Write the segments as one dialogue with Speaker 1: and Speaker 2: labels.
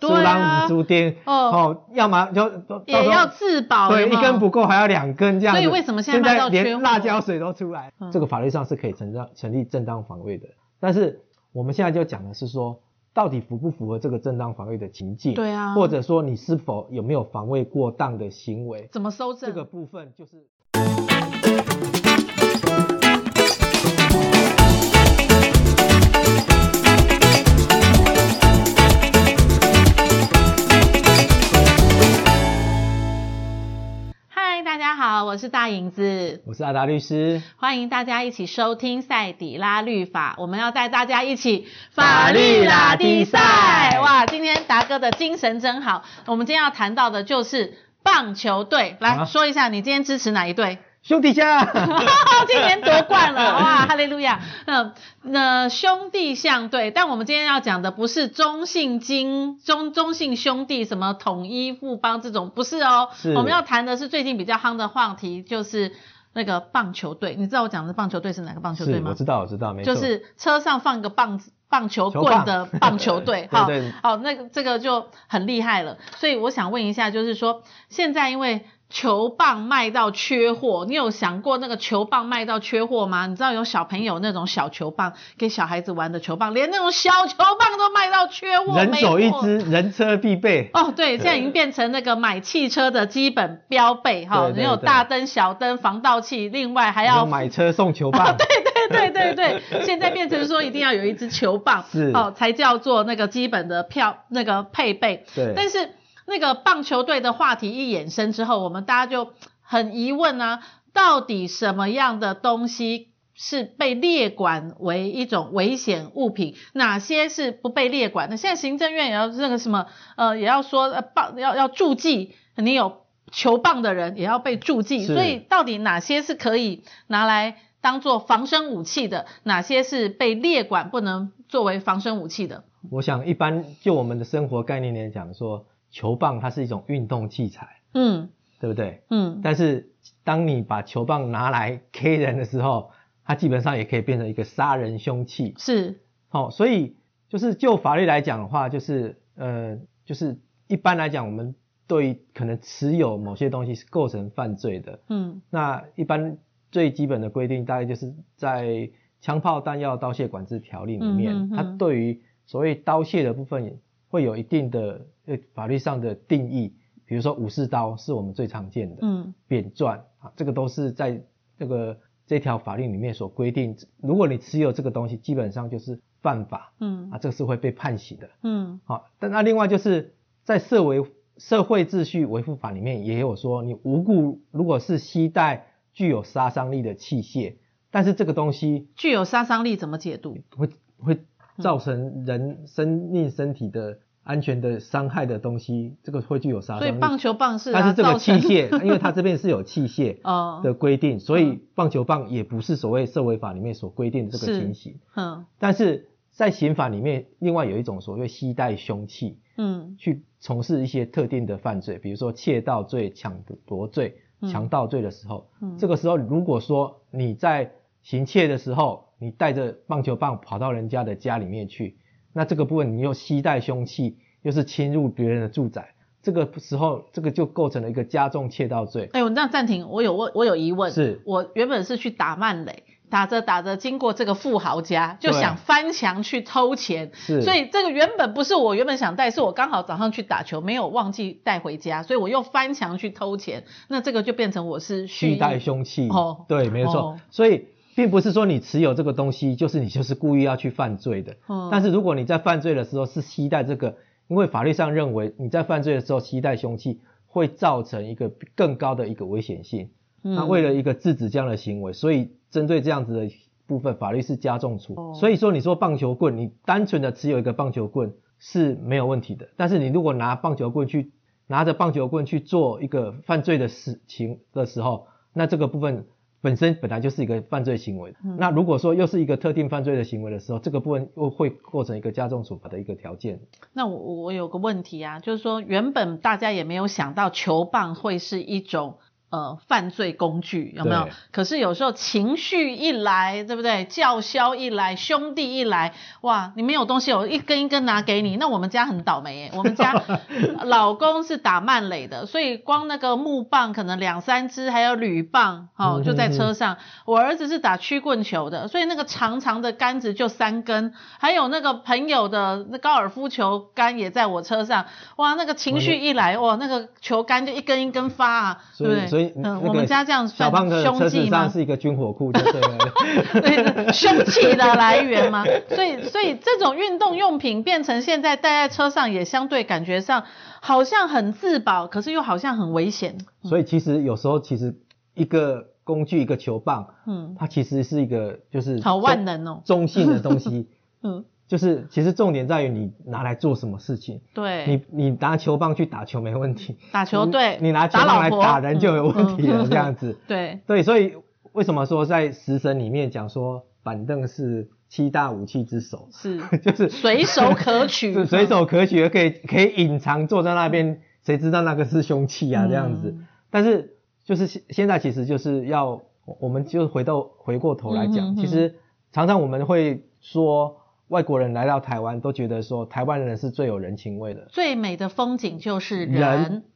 Speaker 1: 对
Speaker 2: 猪
Speaker 1: 啊
Speaker 2: 郎五猪丁，
Speaker 1: 哦
Speaker 2: 哦，要么就都
Speaker 1: 也要自保，
Speaker 2: 对，
Speaker 1: 有
Speaker 2: 一
Speaker 1: 没有
Speaker 2: 根不够还要两根这样子。
Speaker 1: 所以为什么现
Speaker 2: 现
Speaker 1: 在卖到缺
Speaker 2: 连
Speaker 1: 货
Speaker 2: 辣椒水都出来？
Speaker 1: 嗯
Speaker 2: 这个法律上是可以成当成立正当防卫的，但是我们现在就讲的是说，到底符不符合这个正当防卫的情境？
Speaker 1: 对啊
Speaker 2: 或者说你是否有没有防卫过当的行为？
Speaker 1: 怎么收证？
Speaker 2: 这个部分就是。
Speaker 1: 嗨，大家好，我是大影子，
Speaker 2: 我是阿达律师，
Speaker 1: 欢迎大家一起收听赛底拉律法，我们要带大家一起
Speaker 2: 法律拉力赛
Speaker 1: 哇，今天达哥的精神真好，我们今天要谈到的就是棒球队，来、
Speaker 2: 啊
Speaker 1: 说一下你今天支持哪一队？
Speaker 2: 兄弟下，
Speaker 1: 今年夺冠 了，哇，哈利路亚！嗯，那兄弟相对，但我们今天要讲的不是中信金、中中信兄弟、什么统一富邦这种，不是哦。
Speaker 2: 是
Speaker 1: 我们要谈的是最近比较夯的话题，就是那个棒球队。你知道我讲的棒球队是哪个棒球队
Speaker 2: 是，我
Speaker 1: 吗？
Speaker 2: 知道，我知道，没错，
Speaker 1: 就是车上放个棒子。棒球棍的
Speaker 2: 球棒
Speaker 1: 棒球队，
Speaker 2: 对
Speaker 1: 好
Speaker 2: 对，
Speaker 1: 好，哦那个这个就很厉害了。所以我想问一下，就是说现在因为球棒卖到缺货，你有想过那个球棒卖到缺货吗？你知道有小朋友那种小球棒，给小孩子玩的球棒，连那种小球棒都卖到缺货，
Speaker 2: 人手
Speaker 1: 没
Speaker 2: 一
Speaker 1: 货
Speaker 2: 只，人车必备。
Speaker 1: 哦，对，现在已经变成那个买汽车的基本标配哈
Speaker 2: 对，对
Speaker 1: 你有
Speaker 2: 对
Speaker 1: 大灯、小灯、防盗器，另外还要啊
Speaker 2: 有买车送球棒，
Speaker 1: 对对对对，现在变成说一定要有一支球棒，
Speaker 2: 是
Speaker 1: 哦，才叫做那个基本的票那个配备。
Speaker 2: 对
Speaker 1: 但是那个棒球队的话题一衍生之后，我们大家就很疑问啊，到底什么样的东西？是被列管为一种危险物品，哪些是不被列管的？现在行政院也要那个什么，呃，也要说呃棒要要注记，你有球棒的人也要被注记，
Speaker 2: 是
Speaker 1: 所以到底哪些是可以拿来当做防身武器的，哪些是被列管不能作为防身武器的？
Speaker 2: 我想一般就我们的生活概念来讲说，球棒它是一种运动器材，
Speaker 1: 嗯
Speaker 2: 对不对？
Speaker 1: 嗯，
Speaker 2: 但是当你把球棒拿来 K 人的时候，它基本上也可以变成一个杀人凶器。
Speaker 1: 是
Speaker 2: 好、所以就是就法律来讲的话，就是呃，就是一般来讲，我们对于可能持有某些东西是构成犯罪的。
Speaker 1: 嗯
Speaker 2: 那一般最基本的规定，大概就是在《枪炮弹药刀械管制条例》里面，
Speaker 1: 嗯哼哼
Speaker 2: 它对于所谓刀械的部分会有一定的呃法律上的定义，比如说武士刀是我们最常见的，
Speaker 1: 嗯
Speaker 2: 扁钻啊，这个都是在这个这条法律里面所规定，如果你持有这个东西，基本上就是犯法
Speaker 1: 嗯
Speaker 2: 啊，这个是会被判刑的。
Speaker 1: 嗯
Speaker 2: 好、但那另外就是在社维社会秩序维护法里面也有说，你无故如果是携带具有杀伤力的器械，但是这个东西
Speaker 1: 具有杀伤力怎么解读？
Speaker 2: 会
Speaker 1: 嗯
Speaker 2: 会造成人生命身体的安全的伤害的东西，这个会具有杀
Speaker 1: 所以
Speaker 2: 伤力。
Speaker 1: 棒球棒是、啊，
Speaker 2: 但是这个
Speaker 1: 造
Speaker 2: 器
Speaker 1: 成
Speaker 2: 械，因为它这边是有器械
Speaker 1: 哦
Speaker 2: 的规定，所以
Speaker 1: 嗯
Speaker 2: 棒球棒也不是所谓社会法里面所规定的这个
Speaker 1: 是
Speaker 2: 情形。
Speaker 1: 嗯
Speaker 2: 但是在刑法里面，另外有一种所谓携带凶器，
Speaker 1: 嗯
Speaker 2: 去从事一些特定的犯罪，比如说窃盗罪、抢夺罪、
Speaker 1: 嗯
Speaker 2: 强盗罪的时候，
Speaker 1: 嗯
Speaker 2: 这个时候如果说你在行窃的时候，你带着棒球棒跑到人家的家里面去，那这个部分你又携带凶器，又是侵入别人的住宅，这个时候这个就构成了一个加重窃盗罪。
Speaker 1: 哎、我那暂停，我有问，我有疑问。
Speaker 2: 是
Speaker 1: 我原本是去打曼雷，打着打着经过这个富豪家，就
Speaker 2: 对
Speaker 1: 想翻墙去偷钱。
Speaker 2: 是
Speaker 1: 所以这个原本不是我原本想带，是我刚好早上去打球，没有忘记带回家，所以我又翻墙去偷钱。那这个就变成我是蓄
Speaker 2: 携
Speaker 1: 意
Speaker 2: 带凶器，
Speaker 1: 哦
Speaker 2: 对，没错。
Speaker 1: 哦
Speaker 2: 所以并不是说你持有这个东西，就是你就是故意要去犯罪的。
Speaker 1: 嗯
Speaker 2: 但是如果你在犯罪的时候是携带这个，因为法律上认为你在犯罪的时候携带凶器会造成一个更高的一个危险性。
Speaker 1: 嗯
Speaker 2: 那为了一个制止这样的行为，所以针对这样子的部分，法律是加重处。
Speaker 1: 哦
Speaker 2: 所以说，你说棒球棍，你单纯的持有一个棒球棍是没有问题的，但是你如果拿棒球棍去拿着棒球棍去做一个犯罪的事情的时候，那这个部分本身本来就是一个犯罪行为。
Speaker 1: 嗯
Speaker 2: 那如果说又是一个特定犯罪的行为的时候，这个部分又会构成一个加重处罚的一个条件。
Speaker 1: 那我我我有个问题啊，就是说原本大家也没有想到球棒会是一种呃犯罪工具，有没有
Speaker 2: 对？
Speaker 1: 可是有时候情绪一来，对不对？叫嚣一来，兄弟一来，哇，你没有东西，我一根一根拿给你。那我们家很倒霉耶，我们 家老公是打慢垒的，所以光那个木棒可能两三支，还有铝棒，哦
Speaker 2: 嗯，
Speaker 1: 就在
Speaker 2: 嗯嗯
Speaker 1: 车上。我儿子是打曲棍球的，所以那个长长的杆子就三根，还有那个朋友的那高尔夫球杆也在我车上，哇，那个情绪一来，哇，那个球杆就一根一根发啊，对
Speaker 2: 所
Speaker 1: 不
Speaker 2: 以
Speaker 1: 对？
Speaker 2: 所以那
Speaker 1: 嗯，
Speaker 2: 个
Speaker 1: 我们家这样
Speaker 2: 小
Speaker 1: 算
Speaker 2: 胖的车
Speaker 1: 凶
Speaker 2: 子
Speaker 1: 器
Speaker 2: 上
Speaker 1: 吗？
Speaker 2: 是一个军火库，就对了。
Speaker 1: 对，凶器的来源吗？所以，所以这种运动用品变成现在带在车上，也相对感觉上好像很自保，可是又好像很危险。
Speaker 2: 所以其实有时候其实一个工具一个球棒，
Speaker 1: 嗯，
Speaker 2: 它其实是一个就是
Speaker 1: 好万
Speaker 2: 中
Speaker 1: 能哦。
Speaker 2: 中性的东西，
Speaker 1: 嗯，
Speaker 2: 就是其实重点在于你拿来做什么事情。
Speaker 1: 对，
Speaker 2: 你你拿球棒去打球没问题，
Speaker 1: 打球队，
Speaker 2: 你你拿球
Speaker 1: 打
Speaker 2: 棒
Speaker 1: 老
Speaker 2: 来
Speaker 1: 婆
Speaker 2: 打人就有问题了，
Speaker 1: 嗯嗯
Speaker 2: 这样子。
Speaker 1: 对，
Speaker 2: 对，所以为什么说在食神里面讲说板凳是七大武器之首，
Speaker 1: 是
Speaker 2: 就是
Speaker 1: 随手可取嗯
Speaker 2: 是随手可取，可以可以隐藏坐在那边，谁知道那个是凶器啊？这样子。
Speaker 1: 嗯
Speaker 2: 但是就是现现在其实就是要，我我们就回到回过头来讲，
Speaker 1: 嗯哼
Speaker 2: 其实常常我们会说外国人来到台湾都觉得说台湾人是最有人情味的，
Speaker 1: 最美的风景就是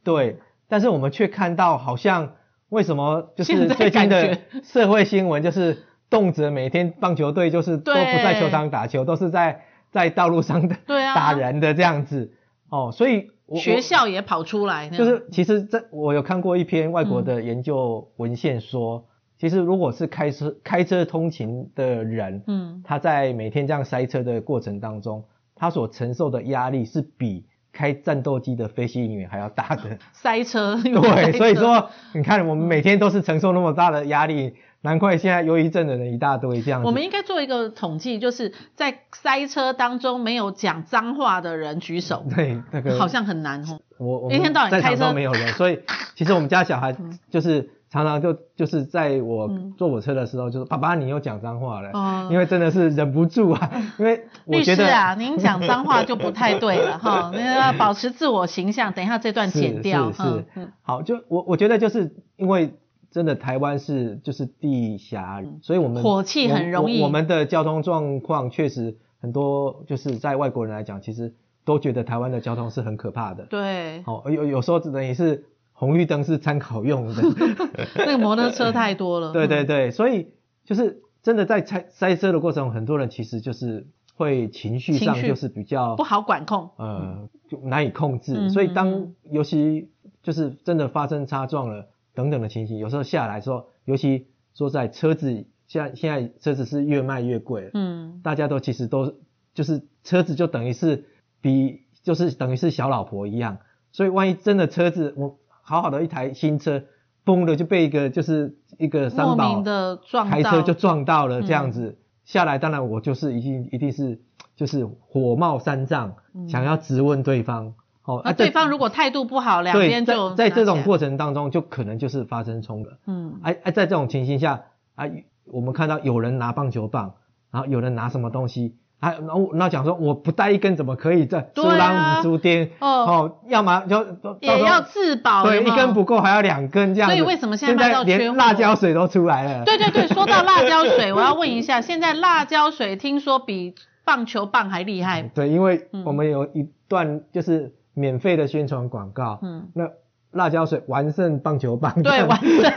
Speaker 2: 对，但是我们却看到好像为什么就是
Speaker 1: 现在
Speaker 2: 最
Speaker 1: 感
Speaker 2: 近的社会新闻就是动辄每天棒球队就是都不
Speaker 1: 对
Speaker 2: 在球场打球，都是在在道路上的
Speaker 1: 对啊
Speaker 2: 打人的这样子哦，所以我
Speaker 1: 学
Speaker 2: 我
Speaker 1: 校也跑出来，那
Speaker 2: 就
Speaker 1: 样嗯
Speaker 2: 是其实这我有看过一篇外国的研究文献说，其实如果是开车开车通勤的人，
Speaker 1: 嗯，
Speaker 2: 他在每天这样塞车的过程当中，他所承受的压力是比开战斗机的飞行员还要大 的。
Speaker 1: 塞车，因为塞
Speaker 2: 对，
Speaker 1: 车
Speaker 2: 所以说你看我们每天都是承受那么大的压力，难怪现在忧郁症的人一大堆这样子。
Speaker 1: 我们应该做一个统计，就是在塞车当中没有讲脏话的人举 手，
Speaker 2: 对那个
Speaker 1: 好像很难哦。
Speaker 2: 我我
Speaker 1: 一天到晚
Speaker 2: 在
Speaker 1: 开
Speaker 2: 场
Speaker 1: 车
Speaker 2: 都没有人， 所以其实我们家小孩就是常常就就是在我
Speaker 1: 嗯
Speaker 2: 坐我车的时候，就是爸爸你又讲脏话了，
Speaker 1: 哦嗯
Speaker 2: 因为真的是忍不住啊，因为我
Speaker 1: 律
Speaker 2: 觉
Speaker 1: 师
Speaker 2: 得
Speaker 1: 啊，您讲脏话就不太对了 哈，那要保持自我形象。等一下这段
Speaker 2: 是
Speaker 1: 剪掉，
Speaker 2: 是
Speaker 1: 嗯
Speaker 2: 是
Speaker 1: 嗯，
Speaker 2: 好，就我我觉得就是因为真的台湾是就是地狭，所以我
Speaker 1: 嗯
Speaker 2: 们
Speaker 1: 火气很容易
Speaker 2: 我我我们的交通状况确实很多，就是在外国人来讲，其实都觉得台湾的交通是很可怕的。
Speaker 1: 对，
Speaker 2: 哦，有有时候只能也是红绿灯是参考用 的。
Speaker 1: 那个摩托车太多了。
Speaker 2: 对
Speaker 1: 嗯
Speaker 2: 对对，所以就是真的在塞塞车的过程，很多人其实就是会情绪上
Speaker 1: 情绪
Speaker 2: 就是比较
Speaker 1: 不好管控。
Speaker 2: 呃就难以控制，
Speaker 1: 嗯
Speaker 2: 所以
Speaker 1: 嗯
Speaker 2: 当
Speaker 1: 嗯
Speaker 2: 尤其就是真的发生擦撞了等等的情形，有时候下来之后，尤其说在车子现在现在车子是越卖越贵了，
Speaker 1: 嗯，
Speaker 2: 大家都其实都就是车子就等于是比就是等于是小老婆一样，所以万一真的车子我好好的一台新车，嘣的就被一个就是一个
Speaker 1: 莫
Speaker 2: 三宝
Speaker 1: 名的撞
Speaker 2: 开
Speaker 1: 到，
Speaker 2: 车就撞到了，
Speaker 1: 嗯
Speaker 2: 这样子、下来，当然我就是一定一定是就是火冒三丈，
Speaker 1: 嗯
Speaker 2: 想要质问对方。哦，
Speaker 1: 那
Speaker 2: 这
Speaker 1: 对方如果态度不好，两
Speaker 2: 对
Speaker 1: 边就
Speaker 2: 在在这
Speaker 1: 拿
Speaker 2: 种
Speaker 1: 起来，
Speaker 2: 过程当中，就可能就是发生冲突。
Speaker 1: 嗯，
Speaker 2: 哎、哎，在这种情形下，啊，我们看到有人拿棒球棒，然后有人拿什么东西，啊，然后那讲说我不带一根怎么可以这
Speaker 1: 对
Speaker 2: 猪
Speaker 1: 啊
Speaker 2: 郎五猪颠？
Speaker 1: 哦
Speaker 2: 哦，要么就到到
Speaker 1: 也
Speaker 2: 时候
Speaker 1: 要自保。
Speaker 2: 对，
Speaker 1: 有没
Speaker 2: 一
Speaker 1: 有
Speaker 2: 根不够还要两根这样子。
Speaker 1: 所以为什么现在卖
Speaker 2: 现
Speaker 1: 到
Speaker 2: 在
Speaker 1: 缺
Speaker 2: 连
Speaker 1: 货
Speaker 2: 辣椒水都出来了？
Speaker 1: 对对对，说到辣椒 水，我要问一下，现在辣椒水听说比棒球棒还厉害，
Speaker 2: 对，因为
Speaker 1: 嗯
Speaker 2: 我们有一段就是免费的宣传广告，
Speaker 1: 嗯
Speaker 2: 那辣椒水完胜棒球棒，
Speaker 1: 对，完胜。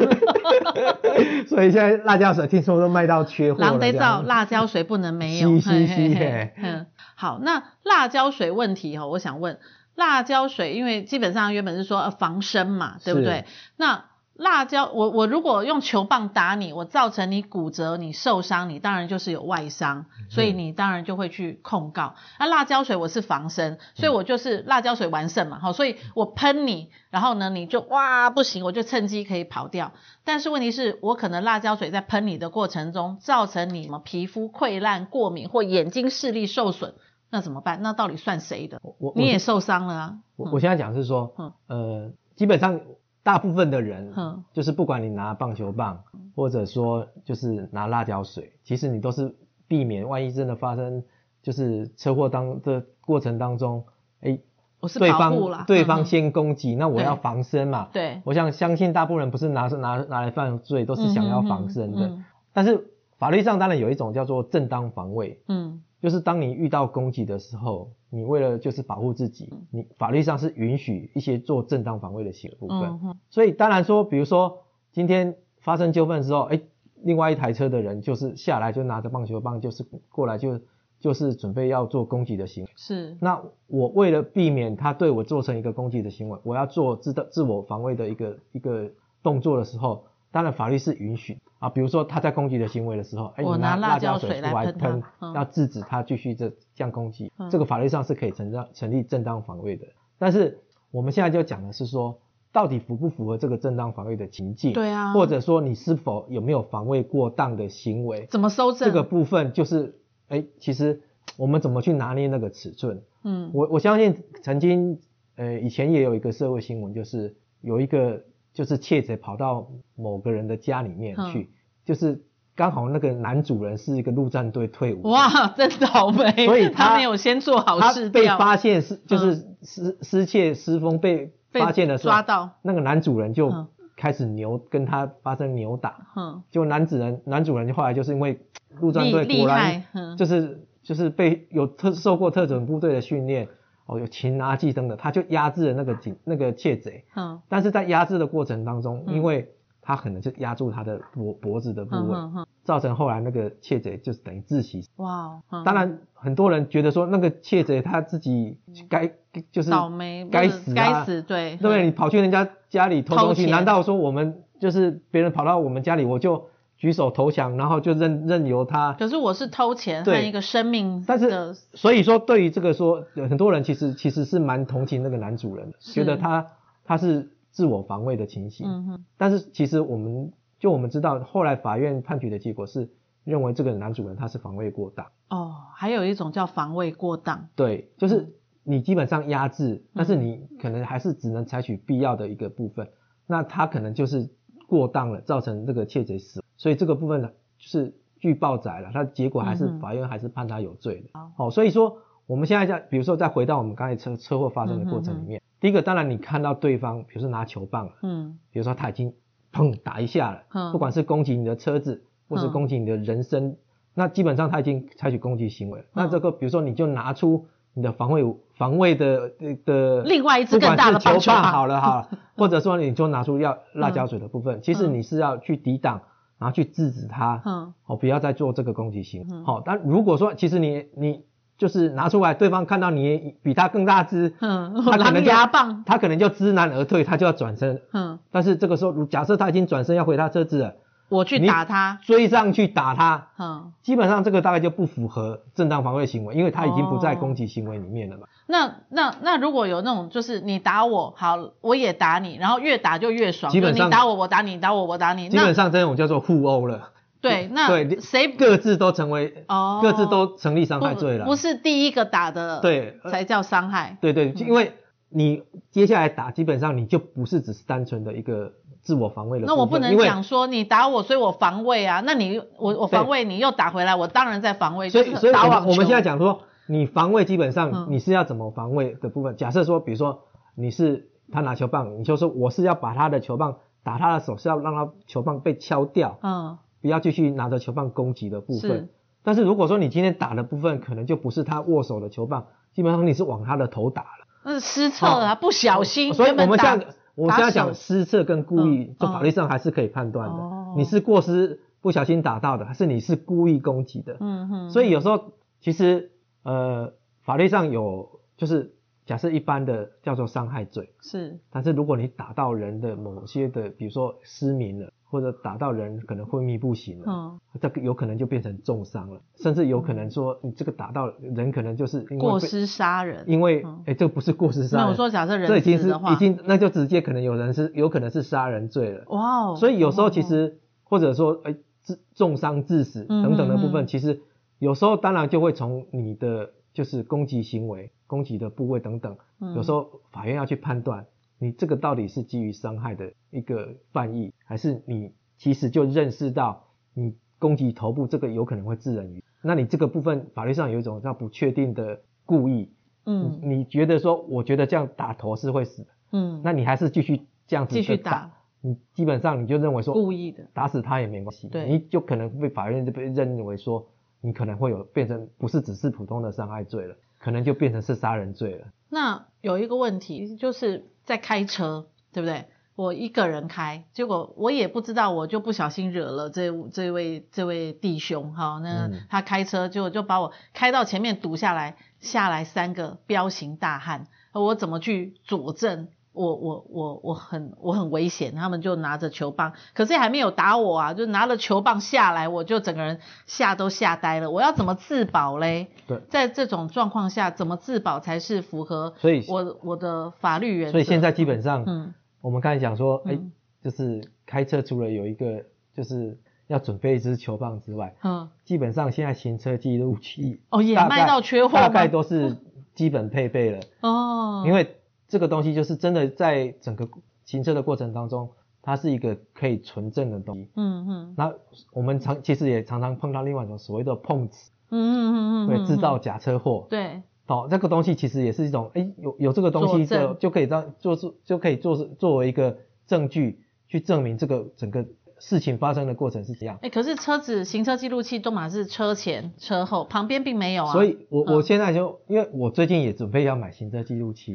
Speaker 2: 所以现在辣椒水听说都卖到缺货
Speaker 1: 狼
Speaker 2: 了，
Speaker 1: 得
Speaker 2: 这
Speaker 1: 照，
Speaker 2: 样
Speaker 1: 辣椒水不能没有。
Speaker 2: 是是是
Speaker 1: 嘿嘿嘿
Speaker 2: 嘿
Speaker 1: 嗯，好，那辣椒水问题哈、我想问，辣椒水因为基本上原本是说呃防身嘛，对不对
Speaker 2: 是？
Speaker 1: 那辣椒，我我如果用球棒打你，我造成你骨折、你受伤，你当然就是有外伤，
Speaker 2: 嗯
Speaker 1: 所以你当然就会去控告。那辣椒水我是防身，所以我就是辣椒水完胜嘛，好，所以我喷你，然后呢你就哇不行，我就趁机可以跑掉。但是问题是我可能辣椒水在喷你的过程中，造成你们皮肤溃烂、过敏或眼睛视力受损，那怎么办？那到底算谁的？
Speaker 2: 我我
Speaker 1: 你也受伤了啊！
Speaker 2: 我我现在讲是说
Speaker 1: 嗯，
Speaker 2: 呃，基本上大部分的人
Speaker 1: 嗯，
Speaker 2: 就是不管你拿棒球棒，或者说就是拿辣椒水，其实你都是避免万一真的发生就是车祸当的过程当中，哎，
Speaker 1: 我是
Speaker 2: 对
Speaker 1: 保
Speaker 2: 方
Speaker 1: 护啦，
Speaker 2: 对
Speaker 1: 嗯
Speaker 2: 方
Speaker 1: 嗯
Speaker 2: 先攻击，那我
Speaker 1: 对
Speaker 2: 要防身嘛。
Speaker 1: 对，
Speaker 2: 我想相信大部分人不是拿拿拿来犯罪，都是想要防身的。
Speaker 1: 嗯
Speaker 2: 但是法律上当然有一种叫做正当防卫，
Speaker 1: 嗯
Speaker 2: 就是当你遇到攻击的时候，你为了就是保护自己，你法律上是允许一些做正当防卫的行部分。
Speaker 1: 嗯嗯
Speaker 2: 所以当然说，比如说今天发生纠纷之后，哎，另外一台车的人就是下来就拿着棒球棒，就是过来就就是准备要做攻击的行为。
Speaker 1: 是，
Speaker 2: 那我为了避免他对我做成一个攻击的行为，我要做自的自我防卫的一个一个动作的时候，当然法律是允许啊。比如说他在攻击的行为的时候，哎，
Speaker 1: 我
Speaker 2: 你
Speaker 1: 拿辣
Speaker 2: 辣
Speaker 1: 椒
Speaker 2: 椒
Speaker 1: 水
Speaker 2: 水出
Speaker 1: 来
Speaker 2: 来
Speaker 1: 喷他
Speaker 2: 喷
Speaker 1: 嗯，
Speaker 2: 要制止他继续这这样攻击
Speaker 1: 嗯，
Speaker 2: 这个法律上是可以成当成立正当防卫的。但是我们现在就讲的是说，到底符不符合这个正当防卫的情境？
Speaker 1: 对啊
Speaker 2: 或者说你是否有没有防卫过当的行为？
Speaker 1: 怎么收正？
Speaker 2: 这个部分就是，哎，其实我们怎么去拿捏那个尺寸？
Speaker 1: 嗯
Speaker 2: 我我相信曾经，呃，以前也有一个社会新闻，就是有一个就是窃贼跑到某个人的家里面
Speaker 1: 嗯
Speaker 2: 去，就是刚好那个男主人是一个陆战队退伍的，
Speaker 1: 哇， 真倒霉！
Speaker 2: 所以
Speaker 1: 他
Speaker 2: 他
Speaker 1: 没有先做好
Speaker 2: 他
Speaker 1: 事
Speaker 2: 被
Speaker 1: 掉，
Speaker 2: 发现是就是失失窃失风被
Speaker 1: 被
Speaker 2: 发现的时候，
Speaker 1: 抓到，
Speaker 2: 那个男主人就
Speaker 1: 嗯
Speaker 2: 开始扭跟他发生扭打，
Speaker 1: 嗯，
Speaker 2: 就男主人男主人后来就是因为陆战队
Speaker 1: 厉厉
Speaker 2: 果然
Speaker 1: 害，嗯，
Speaker 2: 就是就是被有特受过特种部队的训练，哦，有擒拿技等等，他就压制了那个警那个窃贼。
Speaker 1: 嗯
Speaker 2: 但是在压制的过程当中，
Speaker 1: 嗯
Speaker 2: 因为他可能就压住他的脖脖子的部
Speaker 1: 嗯
Speaker 2: 位，
Speaker 1: 嗯嗯，
Speaker 2: 造成后来那个窃贼就是等于窒息。
Speaker 1: 哇哦，嗯
Speaker 2: 当然，很多人觉得说那个窃贼他自己该就是
Speaker 1: 嗯倒霉，
Speaker 2: 该
Speaker 1: 不是
Speaker 2: 死啊
Speaker 1: 该死，对
Speaker 2: 对不对？你跑去人家家里偷东
Speaker 1: 偷
Speaker 2: 西，
Speaker 1: 窃
Speaker 2: 难道说我们就是别人跑到我们家里，我就举手投降，然后就任任由他
Speaker 1: 可是我是偷钱和
Speaker 2: 对
Speaker 1: 一个生命的，
Speaker 2: 但是，所以说对于这个说，有很多人其实其实是蛮同情那个男主人的，
Speaker 1: 是
Speaker 2: 觉得他他是自我防卫的情形。
Speaker 1: 嗯哼，
Speaker 2: 但是其实我们就我们知道，后来法院判决的结果是认为这个男主人他是防卫过当，
Speaker 1: 哦，还有一种叫防卫过当，嗯
Speaker 2: 对，就是你基本上压制，但是你可能还是只能采取必要的一个部分，那他可能就是过当了，造成这个窃贼死，所以这个部分呢就是据报载了，他结果还是
Speaker 1: 嗯哼
Speaker 2: 法院还是判他有罪的。哦，所以说我们现在在，比如说再回到我们刚才车车祸发生的过程里面，第一个当然你看到对方，比如说拿球棒啊了，
Speaker 1: 嗯
Speaker 2: 比如说他已经砰打一下了，
Speaker 1: 嗯
Speaker 2: 不管是攻击你的车子，或是
Speaker 1: 嗯
Speaker 2: 攻击你的人身，那基本上他已经采取攻击行
Speaker 1: 嗯
Speaker 2: 为了。那这个比如说你就拿出你的防卫武防卫的的的
Speaker 1: 另外一支
Speaker 2: 不
Speaker 1: 更
Speaker 2: 管
Speaker 1: 大的
Speaker 2: 是球
Speaker 1: 棒嗯球棒
Speaker 2: 好了 好了，或者说你就拿出要辣椒水的部分，其实你是要去抵挡，然后去制止他，
Speaker 1: 嗯
Speaker 2: 哦，不要再做这个攻击行
Speaker 1: 嗯
Speaker 2: 为。好、但如果说其实你你就是拿出来，对方看到你比他更大只，
Speaker 1: 嗯，
Speaker 2: 他可
Speaker 1: 狼
Speaker 2: 能就
Speaker 1: 牙棒，
Speaker 2: 他可能就知难而退，他就要转身。
Speaker 1: 嗯，
Speaker 2: 但是这个时候，如假设他已经转身要回他车子了，
Speaker 1: 我去
Speaker 2: 你
Speaker 1: 打他，
Speaker 2: 追上去打他，
Speaker 1: 嗯，
Speaker 2: 基本上这个大概就不符合正当防卫行为，因为他已经不在攻击行为里面了嘛。
Speaker 1: 那那那如果有那种就是你打我，好，我也打你，然后越打就越爽，
Speaker 2: 基本
Speaker 1: 就是你
Speaker 2: 上
Speaker 1: 打我，我打你，你打我，我打你，
Speaker 2: 基本
Speaker 1: 哎那
Speaker 2: 上这种叫做互殴了，
Speaker 1: 对，那
Speaker 2: 对
Speaker 1: 谁
Speaker 2: 各自都成为、
Speaker 1: 哦，
Speaker 2: 各自都成立伤
Speaker 1: 不
Speaker 2: 害罪了。
Speaker 1: 不是第一个打的，，
Speaker 2: 对，呃
Speaker 1: 才嗯叫伤害，
Speaker 2: 对对，因为你接下来打，基本上你就不是只是单纯的一个自我防卫的部
Speaker 1: 那
Speaker 2: 分。
Speaker 1: 我不能
Speaker 2: 因为
Speaker 1: 讲说你打我，所以我防卫啊。那你我我防卫你又打回来，我当然在防卫，
Speaker 2: 所
Speaker 1: 就
Speaker 2: 以，
Speaker 1: 是
Speaker 2: 所以我
Speaker 1: 打网球。
Speaker 2: 们我们现在讲说，你防卫基本
Speaker 1: 嗯
Speaker 2: 上你是要怎么防卫的部分。假设说，比如说你是他拿球棒，你就说我是要把他的球棒打他的手，是要让他球棒被敲掉，
Speaker 1: 嗯
Speaker 2: 不要继续拿着球棒攻击的部
Speaker 1: 是
Speaker 2: 分。但是如果说你今天打的部分可能就不是他握手的球棒，基本上你是往他的头打了。
Speaker 1: 那是失策啊，不小心。
Speaker 2: 哦所以
Speaker 1: 原
Speaker 2: 我
Speaker 1: 本
Speaker 2: 们
Speaker 1: 打
Speaker 2: 现在我们现在
Speaker 1: 打
Speaker 2: 讲
Speaker 1: 手
Speaker 2: 失策跟故意
Speaker 1: 嗯，
Speaker 2: 就法律上还是可以判断的
Speaker 1: 哦。
Speaker 2: 你是过失不小心打到的，还是你是故意攻击的？
Speaker 1: 嗯哼，
Speaker 2: 所以有时候其实呃，法律上有就是假设一般的叫做伤害罪，
Speaker 1: 是
Speaker 2: 但是如果你打到人的某些的，比如说失明了，或者打到人可能昏迷不醒了，
Speaker 1: 嗯
Speaker 2: 这个有可能就变成重伤了，甚至有可能说你这个打到人可能就是因为
Speaker 1: 过
Speaker 2: 被，
Speaker 1: 失杀人。
Speaker 2: 因为哎、
Speaker 1: 嗯
Speaker 2: 诶这不是过失杀
Speaker 1: 那
Speaker 2: 人，
Speaker 1: 我说假设
Speaker 2: 这
Speaker 1: 人
Speaker 2: 已经
Speaker 1: 质
Speaker 2: 是
Speaker 1: 的话，
Speaker 2: 已经那就直接可能有人是有可能是杀人罪了。
Speaker 1: 哇哦，
Speaker 2: 所以有时候其
Speaker 1: 哦
Speaker 2: 实或者说哎致重伤致死等等的部
Speaker 1: 嗯嗯嗯
Speaker 2: 分，其实有时候当然就会从你的就是攻击行为、攻击的部位等等，
Speaker 1: 嗯
Speaker 2: 有时候法院要去判断你这个到底是基于伤害的一个犯意，还是你其实就认识到你攻击头部这个有可能会致人于，那你这个部分法律上有一种叫不确定的故意。
Speaker 1: 嗯
Speaker 2: 你觉得说，我觉得这样打头是会死的，
Speaker 1: 嗯，
Speaker 2: 那你还是继续这样子
Speaker 1: 继续
Speaker 2: 地
Speaker 1: 打，
Speaker 2: 你基本上你就认为说
Speaker 1: 故意的，
Speaker 2: 打死他也没关系，
Speaker 1: 对
Speaker 2: 你就可能被法院就被认为说你可能会有变成不是只是普通的伤害罪了，可能就变成是杀人罪了。
Speaker 1: 那有一个问题就是在开车，对不对？我一个人开，结果我也不知道，我就不小心惹了这这位这位弟兄哈。那
Speaker 2: 嗯
Speaker 1: 他开车就就把我开到前面堵下来，下来三个彪形大汉，我怎么去佐证？我我我我很我很危险，他们就拿着球棒，可是也还没有打我啊，就拿了球棒下来，我就整个人吓都吓呆了，我要怎么自保嘞？
Speaker 2: 对，
Speaker 1: 在这种状况下，怎么自保才是符合
Speaker 2: 所以
Speaker 1: 我我的法律原则？
Speaker 2: 所以现在基本上，
Speaker 1: 嗯
Speaker 2: 我们刚才讲说，哎、
Speaker 1: 嗯
Speaker 2: 就是开车除了有一个就是要准备一支球棒之外，
Speaker 1: 嗯
Speaker 2: 基本上现在行车记录器
Speaker 1: 哦也
Speaker 2: 大概
Speaker 1: 卖到缺货吗
Speaker 2: 大概都是基本配备了。
Speaker 1: 哦，
Speaker 2: 因为这个东西就是真的在整个行车的过程当中，它是一个可以存证的东西。
Speaker 1: 嗯嗯
Speaker 2: 那我们常其实也常常碰到另外一种所谓的碰瓷，
Speaker 1: 嗯嗯嗯嗯，
Speaker 2: 对，制造
Speaker 1: 嗯
Speaker 2: 假车祸。
Speaker 1: 对
Speaker 2: 好、这个东西其实也是一种，哎，有有这个东西
Speaker 1: 佐
Speaker 2: 就
Speaker 1: 证
Speaker 2: 就可以让做出就可以做作为一个证据去证明这个整个事情发生的过程是怎样。
Speaker 1: 哎，可是车子行车记录器都嘛是车前车后，旁边并没有啊，
Speaker 2: 所以我，
Speaker 1: 嗯
Speaker 2: 我、现在就因为我最近也准备要买行车记录器，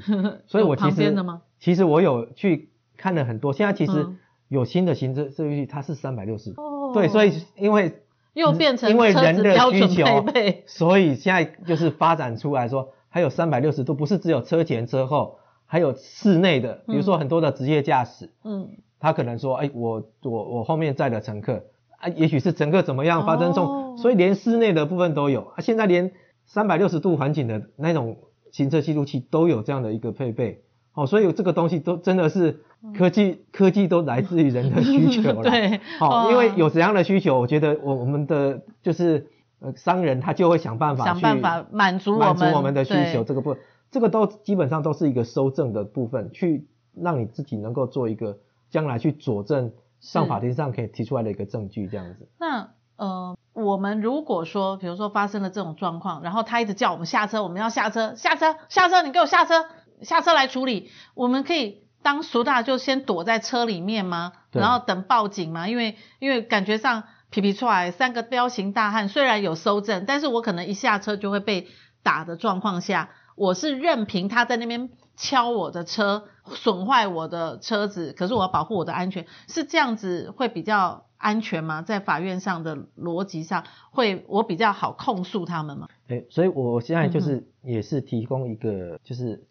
Speaker 2: 所以
Speaker 1: 有
Speaker 2: 我其
Speaker 1: 嗯旁
Speaker 2: 实
Speaker 1: 边的吗？
Speaker 2: 其实我有去看了很多，现在其实
Speaker 1: 嗯
Speaker 2: 有新的行车记录器，它是三百六十，
Speaker 1: 哦
Speaker 2: 对，所以因为
Speaker 1: 又变成
Speaker 2: 嗯因为
Speaker 1: 车
Speaker 2: 人
Speaker 1: 子
Speaker 2: 的
Speaker 1: 标
Speaker 2: 需
Speaker 1: 准
Speaker 2: 求
Speaker 1: 配备，
Speaker 2: 所以现在就是发展出来说，还有三百六十度，不是只有车前车后，还有室内的，比如说很多的职业驾驶，
Speaker 1: 嗯，
Speaker 2: 他可能说，哎，我我我后面载的乘客啊，也许是乘客怎么样发生
Speaker 1: 哦
Speaker 2: 重，所以连室内的部分都有，啊，现在连三百六十度环境的那种行车记录器都有这样的一个配备，哦，所以这个东西都真的是科技，科技都来自于人的需求了，
Speaker 1: 嗯 对，
Speaker 2: 好、
Speaker 1: 哇
Speaker 2: 因为有怎样的需求，我觉得我我们的就是呃商人他就会想办法
Speaker 1: 想
Speaker 2: 去
Speaker 1: 办法满足我
Speaker 2: 满足
Speaker 1: 们
Speaker 2: 我们的需
Speaker 1: 对
Speaker 2: 求，这个部分，这个都基本上都是一个收证的部分，去让你自己能够做一个将来去佐证上
Speaker 1: 是
Speaker 2: 法庭上可以提出来的一个证据这样子。
Speaker 1: 那呃，我们如果说，比如说发生了这种状况，然后他一直叫我们下车，我们要下车，下车，下车，你给我下车，下车来处理。我们可以当俗大就先躲在车里面吗？
Speaker 2: 对
Speaker 1: 然后等报警吗？因为因为感觉上皮皮出来三个彪形大汉，虽然有搜证，但是我可能一下车就会被打的状况下，我是任凭他在那边敲我的车，损坏我的车子，可是我要保护我的安全，是这样子会比较安全吗？在法院上的逻辑上，会我比较好控诉他们吗？
Speaker 2: 对，所以我现在
Speaker 1: 嗯
Speaker 2: 就是也是提供一个就是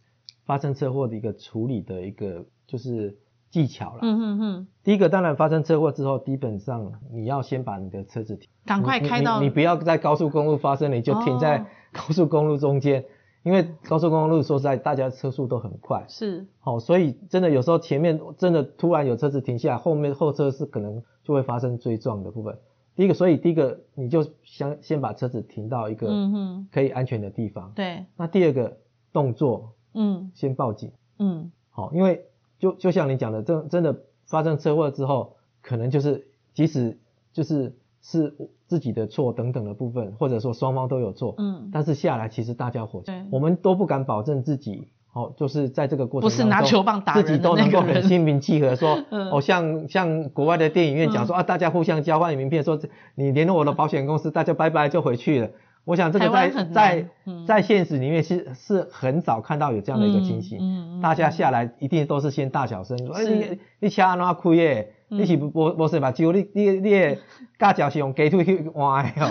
Speaker 2: 发生车祸的一个处理的一个就是技巧啦。
Speaker 1: 嗯哼哼，
Speaker 2: 第一个当然发生车祸之后，基本上你要先把你的车子停。
Speaker 1: 赶快
Speaker 2: 你
Speaker 1: 开
Speaker 2: 你
Speaker 1: 到
Speaker 2: 你，不要在高速公路发生，你就停在
Speaker 1: 哦
Speaker 2: 高速公路中间，因为高速公路说实在，大家车速都很快，
Speaker 1: 是
Speaker 2: 好、所以真的有时候前面真的突然有车子停下来，后面后车是可能就会发生追撞的部分。第一个，所以第一个你就先先把车子停到一个
Speaker 1: 嗯哼，
Speaker 2: 可以安全的地方。
Speaker 1: 对，
Speaker 2: 那第二个动作
Speaker 1: 嗯
Speaker 2: 先报警，
Speaker 1: 嗯
Speaker 2: 好、因为就就像你讲的，真真的发生车祸之后，可能就是即使就是是自己的错等等的部分，或者说双方都有错，
Speaker 1: 嗯，
Speaker 2: 但是下来其实大家伙
Speaker 1: 对
Speaker 2: 我们都不敢保证自己。哦，就是在这个过程
Speaker 1: 不是
Speaker 2: 当中
Speaker 1: 拿球棒打人
Speaker 2: 自己都
Speaker 1: 的那
Speaker 2: 能
Speaker 1: 个
Speaker 2: 够很
Speaker 1: 人
Speaker 2: 心平气和说，
Speaker 1: 嗯
Speaker 2: 哦，像像国外的电影院讲说、啊，大家互相交换名片，说你联络我的保险公司，大家拜拜就回去了。我想这个
Speaker 1: 台湾
Speaker 2: 在
Speaker 1: 很难
Speaker 2: 在、
Speaker 1: 嗯
Speaker 2: 在现实里面是是很少看到有这样的一个情形。
Speaker 1: 嗯嗯嗯
Speaker 2: 大家下来一定都是先大小声说，哎、
Speaker 1: 是
Speaker 2: 你你车安怎开耶？
Speaker 1: 嗯
Speaker 2: 你是无无什么酒，你你你的驾照是用鸡腿去换的哦。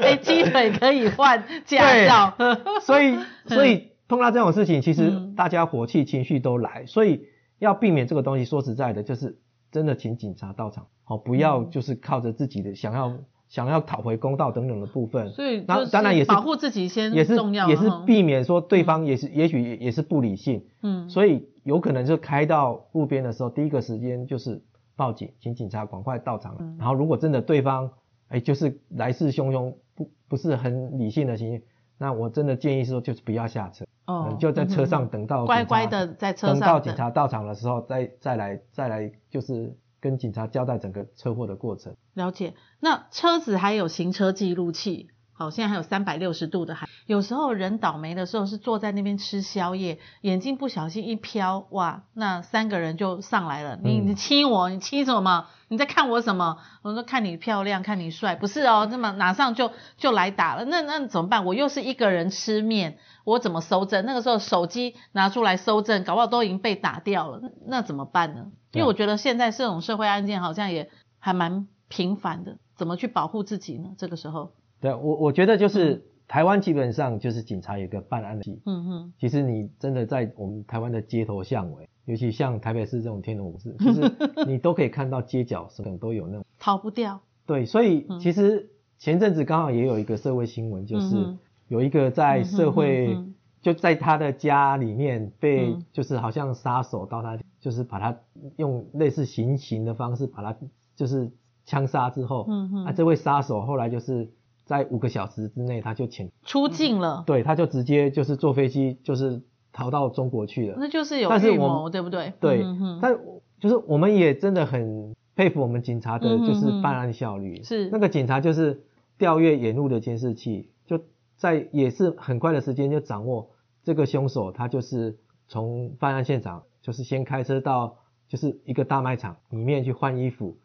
Speaker 1: 哎，鸡腿可以 换驾照，
Speaker 2: 所以所以碰到这种事情，其实
Speaker 1: 嗯
Speaker 2: 大家火气情绪都来，所以要避免这个东西。说实在的，就是真的请警察到场，好、不
Speaker 1: 嗯
Speaker 2: 要就是靠着自己的想要想要讨回公道等等的部分。
Speaker 1: 所以
Speaker 2: 那
Speaker 1: 就是
Speaker 2: 当然也是
Speaker 1: 保护自己先
Speaker 2: 也是
Speaker 1: 重要
Speaker 2: 也
Speaker 1: 了
Speaker 2: 是
Speaker 1: 哈
Speaker 2: 避免说对方也是、也许也也是不理性，
Speaker 1: 嗯，
Speaker 2: 所以有可能就开到路边的时候，第一个时间就是报警，请警察赶快到场。
Speaker 1: 嗯
Speaker 2: 然后如果真的对方哎就是来势汹汹，不不是很理性的行为，那我真的建议说就是不要下车，
Speaker 1: 哦
Speaker 2: 嗯，就在车上等到
Speaker 1: 乖
Speaker 2: 警察
Speaker 1: 乖的在车
Speaker 2: 等到
Speaker 1: 上
Speaker 2: 警察到场的时候再再来再来就是跟警察交代整个车祸的过程。
Speaker 1: 了解。那车子还有行车记录器，好，现在还有三百六十度的海。有时候人倒霉的时候是坐在那边吃宵夜，眼睛不小心一飘，哇，那三个人就上来了。你
Speaker 2: 嗯
Speaker 1: 你亲我，你亲什么？你在看我什么？我说看你漂亮，看你帅，不是哦，这么马上就就来打了。那那怎么办？我又是一个人吃面，我怎么收证？那个时候手机拿出来收证，搞不好都已经被打掉了，那那怎么办呢？因
Speaker 2: 对啊
Speaker 1: 为我觉得现在这种社会案件好像也还蛮频繁的，怎么去保护自己呢？这个时候，
Speaker 2: 对我我觉得就是台湾基本上就是警察有一个办案的机
Speaker 1: 嗯哼。
Speaker 2: 其实你真的在我们台湾的街头巷尾，尤其像台北市这种天龙五市，就是你都可以看到街角什么都有那种。
Speaker 1: 逃不掉。
Speaker 2: 对，所以
Speaker 1: 嗯
Speaker 2: 其实前阵子刚好也有一个社会新闻，就
Speaker 1: 嗯
Speaker 2: 是
Speaker 1: 哼
Speaker 2: 有一个在社
Speaker 1: 嗯
Speaker 2: 会
Speaker 1: 哼嗯哼
Speaker 2: 就在他的家里面被
Speaker 1: 嗯
Speaker 2: 就是好像杀手到他就是把他用类似行刑的方式把他就是枪杀之后，
Speaker 1: 嗯哼
Speaker 2: 啊这位杀手后来就是在五个小时之内他就潜
Speaker 1: 出境了，
Speaker 2: 对，他就直接就是坐飞机，就是逃到中国去了。
Speaker 1: 那就是有
Speaker 2: 但是
Speaker 1: 预
Speaker 2: 我
Speaker 1: 谋，
Speaker 2: 们
Speaker 1: 对不对？
Speaker 2: 对，
Speaker 1: 嗯哼
Speaker 2: 但我就是我们也真的很佩服我们警察的，
Speaker 1: 嗯哼
Speaker 2: 就是
Speaker 1: 哼
Speaker 2: 办案效率。
Speaker 1: 是
Speaker 2: 那个警察就是调阅沿路的监视器，就在也是很快的时间就掌握这个凶手，他就是从犯案现场，就是先开车到就是一个大卖场里面去换衣 服、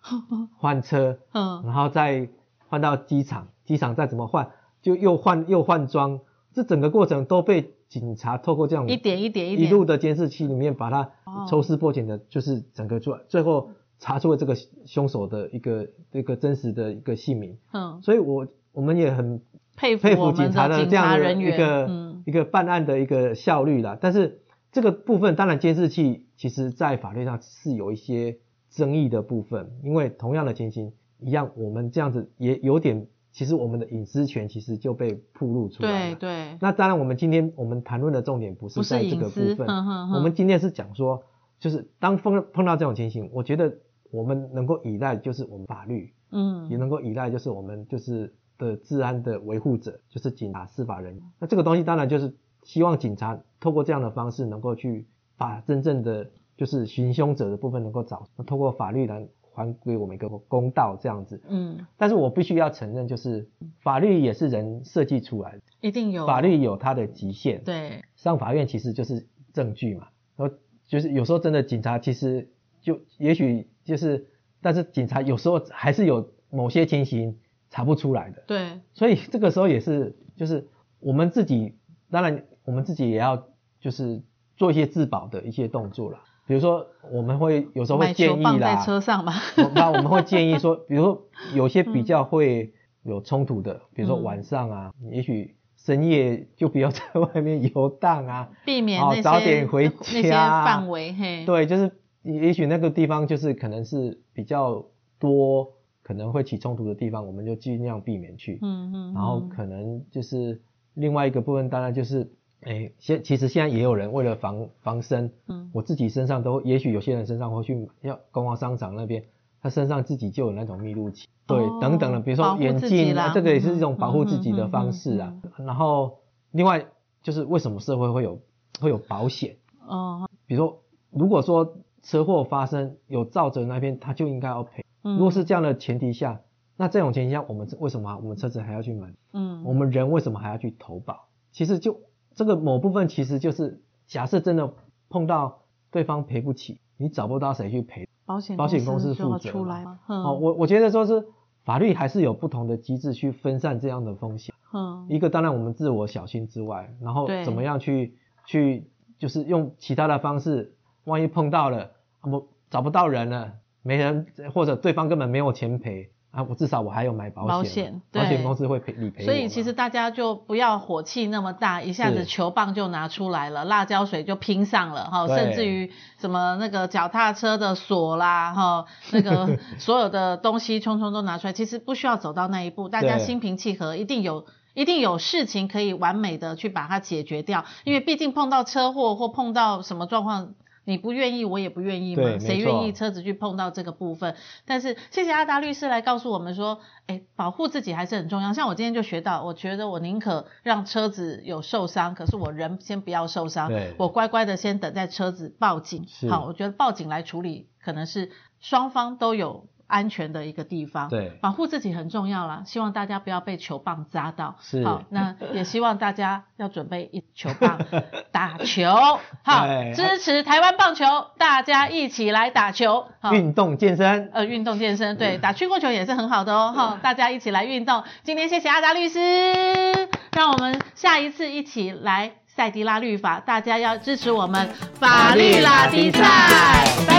Speaker 2: 换车，
Speaker 1: 嗯，
Speaker 2: 然后再换到机场，机场再怎么换，就又换又换装，这整个过程都被警察透过这样
Speaker 1: 一点一点
Speaker 2: 一
Speaker 1: 点，
Speaker 2: 路的监视器里面把它
Speaker 1: 哦
Speaker 2: 抽丝剥茧的，就是整个出来，最后查出了这个凶手的一个一个真实的一个姓名，
Speaker 1: 嗯，
Speaker 2: 所以我我们也很
Speaker 1: 佩服
Speaker 2: 佩
Speaker 1: 我
Speaker 2: 服
Speaker 1: 们
Speaker 2: 警察
Speaker 1: 的
Speaker 2: 这样的
Speaker 1: 人
Speaker 2: 一
Speaker 1: 员，
Speaker 2: 个、
Speaker 1: 嗯，
Speaker 2: 一个办案的一个效率啦。但是这个部分，当然监视器其实在法律上是有一些争议的部分，因为同样的情形，一样我们这样子也有点，其实我们的隐私权其实就被暴露出
Speaker 1: 对
Speaker 2: 来了。
Speaker 1: 对，
Speaker 2: 那当然，我们今天我们谈论的重点不
Speaker 1: 不
Speaker 2: 是
Speaker 1: 是
Speaker 2: 在这
Speaker 1: 隐
Speaker 2: 个
Speaker 1: 私，嗯
Speaker 2: 部分，
Speaker 1: 哼哼哼
Speaker 2: 我们今天是讲说，就是当碰碰到这种情形，我觉得我们能够依赖就是我们法律，也
Speaker 1: 嗯，
Speaker 2: 能够依赖就是我们就是的治安的维护者，就是警察、司法人员。那这个东西当然就是希望警察透过这样的方式，能够去把真正的就是寻凶者的部分能够找，透过法律来还给我们一个公道这样子。
Speaker 1: 嗯，
Speaker 2: 但是我必须要承认，就是法律也是人设计出来的，
Speaker 1: 一定有
Speaker 2: 法律有它的极限。
Speaker 1: 对，
Speaker 2: 上法院其实就是证据嘛，然后就是有时候真的警察其实就也许就是，但是警察有时候还是有某些情形查不出来的，
Speaker 1: 对，
Speaker 2: 所以这个时候也是就是我们自己，当然我们自己也要就是做一些自保的一些动作啦，比如说我们会有时候会
Speaker 1: 买球
Speaker 2: 建议
Speaker 1: 棒在
Speaker 2: 啦，
Speaker 1: 车上嘛，
Speaker 2: 我那我们会建议说，比如说有些比较会有冲突的，比如说
Speaker 1: 嗯
Speaker 2: 晚上啊，也许深夜就不要在外面游荡啊。
Speaker 1: 避免
Speaker 2: 哦
Speaker 1: 那些
Speaker 2: 早点回
Speaker 1: 那些
Speaker 2: 家啊
Speaker 1: 范围，嘿，
Speaker 2: 对，就是也许那个地方就是可能是比较多可能会起冲突的地方，我们就尽量避免去。
Speaker 1: 嗯，嗯嗯，
Speaker 2: 然后可能就是另外一个部分，当然就是，哎，现其实现在也有人为了防防身，
Speaker 1: 嗯
Speaker 2: 我自己身上都，也许有些人身上会去买，要逛逛商场那边，他身上自己就有那种密录器，对，
Speaker 1: 哦
Speaker 2: 等等的，比如
Speaker 1: 保
Speaker 2: 说
Speaker 1: 护
Speaker 2: 眼
Speaker 1: 自己
Speaker 2: 镜
Speaker 1: 啦
Speaker 2: 啊，这个也
Speaker 1: 嗯
Speaker 2: 是一种保护自己
Speaker 1: 嗯
Speaker 2: 的
Speaker 1: 嗯
Speaker 2: 方
Speaker 1: 嗯
Speaker 2: 式啊。然后另外就是为什么社会会有会有保险？
Speaker 1: 哦，
Speaker 2: 比如说如果说车祸发生有造成那边，他就应该要赔。
Speaker 1: 嗯
Speaker 2: 如果是这样的前提下，那这种前提下，我们为什么啊我们车子还要去买？
Speaker 1: 嗯，
Speaker 2: 我们人为什么还要去投保？其实就这个某部分，其实就是假设真的碰到对方赔不起，你找不到谁去赔。
Speaker 1: 保险
Speaker 2: 保险公司
Speaker 1: 就要
Speaker 2: 负责
Speaker 1: 出
Speaker 2: 嘛
Speaker 1: 来嘛，嗯
Speaker 2: 哦，我我觉得说是法律还是有不同的机制去分散这样的风险。
Speaker 1: 嗯，
Speaker 2: 一个当然我们自我小心之外，然后
Speaker 1: 对
Speaker 2: 怎么样去去就是用其他的方式，万一碰到了，啊我找不到人了，没人或者对方根本没有钱赔啊，我至少我还有买保险嘛，
Speaker 1: 保险
Speaker 2: 保
Speaker 1: 对
Speaker 2: 险公司会赔理赔我
Speaker 1: 所
Speaker 2: 嘛。
Speaker 1: 以其实大家就不要火气那么大，一下子
Speaker 2: 是
Speaker 1: 球棒就拿出来了，辣椒水就拼上了哈，
Speaker 2: 对
Speaker 1: 甚至于什么那个脚踏车的锁啦哈，那个 所有的东西冲冲都拿出来，其实不需要走到那一步，大家
Speaker 2: 对
Speaker 1: 心平气和，一定有。一定有事情可以完美的去把它解决掉，因为毕竟碰到车祸或碰到什么状况，你不愿意，我也不愿意
Speaker 2: 对
Speaker 1: 嘛，
Speaker 2: 没
Speaker 1: 谁愿意
Speaker 2: 错
Speaker 1: 车子去碰到这个部分？但是谢谢阿达律师来告诉我们说，哎，保护自己还是很重要。像我今天就学到，我觉得我宁可让车子有受伤，可是我人先不要受伤
Speaker 2: 对，
Speaker 1: 我乖乖的先等在车子报警。
Speaker 2: 是
Speaker 1: 好，我觉得报警来处理可能是双方都有安全的一个地方。
Speaker 2: 对，
Speaker 1: 保护自己很重要啦，希望大家不要被球棒扎到。
Speaker 2: 是
Speaker 1: 好，那也希望大家要准备一球 棒打球，好
Speaker 2: 对，
Speaker 1: 支持台湾棒球，大家一起来打球。好，
Speaker 2: 运动健身，
Speaker 1: 呃，运动健身，对，打曲棍球也是很好的哦，哈，大家一起来运动。今天谢谢阿达律师，让我们下一次一起来赛迪拉律法，大家要支持我们法律拉迪赛，拜拜。